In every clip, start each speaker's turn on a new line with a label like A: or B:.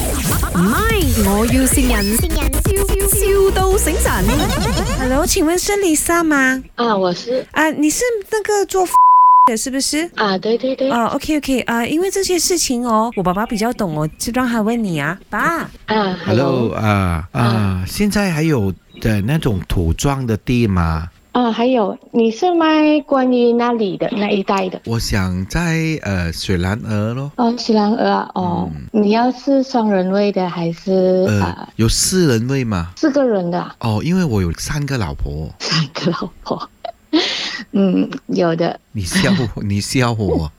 A: 唔係，我要善人，笑笑到醒神。
B: Hello，请问是 Lisa 吗？
C: 啊，我是
B: 啊，你是那个做的，是不是？
C: 啊，对对对，
B: 哦，OK，OK、o k OK，啊、因为这些事情哦，我爸爸比较懂哦，就让他问你啊，爸，
C: 啊
D: Hello 啊
C: 嗯
D: 啊！现在还有的那种土装的地吗？
C: 啊，还有你是卖关于那里的那一带的？
D: 我想在呃水兰鹅咯，
C: 哦，西兰鹅啊，哦，你要是双人位的还是
D: 嗯呃
C: 啊
D: 有四人位吗？
C: 四个人的啊？
D: 哦，因为我有三个老婆，
C: 三个老婆，嗯，有的，
D: 你笑 我，你笑我，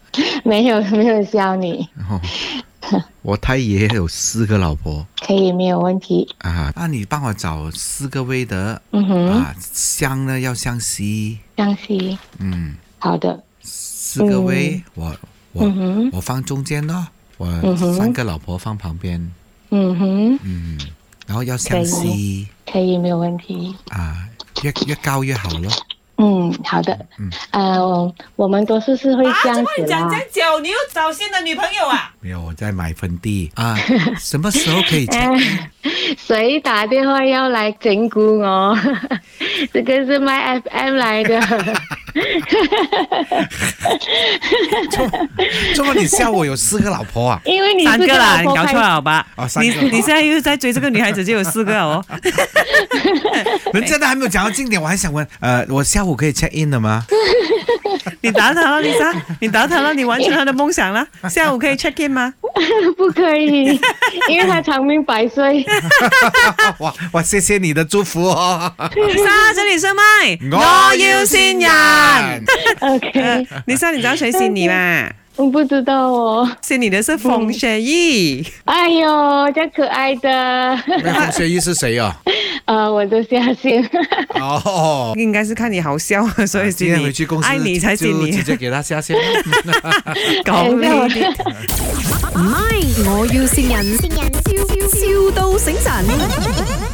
C: 没有没有教你，
D: 哦、我太爷有四个老婆
C: 可以没有问题，
D: 啊，那你帮我找四个位的
C: 嗯哼，
D: 啊，向呢要向西，
C: 江西，
D: 嗯，
C: 好的，
D: 四个位，我
C: 嗯
D: 我
C: 哼，
D: 我放中间咯，我
C: 嗯哼
D: 三个老婆放旁边，
C: 嗯哼，
D: 嗯，然后要向
C: 可以
D: 西。
C: 可以没有问题，
D: 啊，越越高越好咯。
C: 嗯，好的，
D: 嗯
C: 呃，我我们多数是会
E: 啊，这
C: 这样
E: 么
C: 子
E: 你讲
C: 啦
E: 讲，久，你又找新的女朋友啊？
D: 没有，我在买坟地啊，什么时候可 以 check？
C: 谁打电话要来整蛊我？ 这个是卖 FM 来 的，
D: 这么你笑我有四个老婆啊？
C: 因为你
F: 三
C: 是
F: 个啦，
C: 老
F: 你
C: 婆
F: 搞
C: 牌
F: 错了啊好吧？
D: 哦三
F: 你
D: 个
F: 你现在又在追这个女孩子，就有四个 哦。
D: 人家都还没有讲到重点，我还想问，呃，我下午可以 check in 了吗？
F: 你打他了，丽莎，你打他了，你完成他的梦 想了。下午可以 check in 吗？
C: 不 可以，因为他长命百岁。
D: 哇哇，谢谢你的祝福 哦。
F: 丽莎，这里是麦，
D: 嗯
F: 我要新人。。
C: OK，
F: 丽莎，你知道谁是你吗？
C: 我不知道哦。
F: 是你的是冯雪艺，
D: 哦
C: 哎呦，这可爱 的，
D: 那洪学义是谁哦？
C: 呃，我的下线。
D: 哦，
F: 应该是看你好笑，啊所以是
D: 啊今天回
F: 你
D: 去公。司
F: 爱你才是
D: 就
F: 你
D: 直，接给他下线。
F: 搞
C: 哎
F: 咩啲？
A: 唔係，我要善人，笑笑到醒神。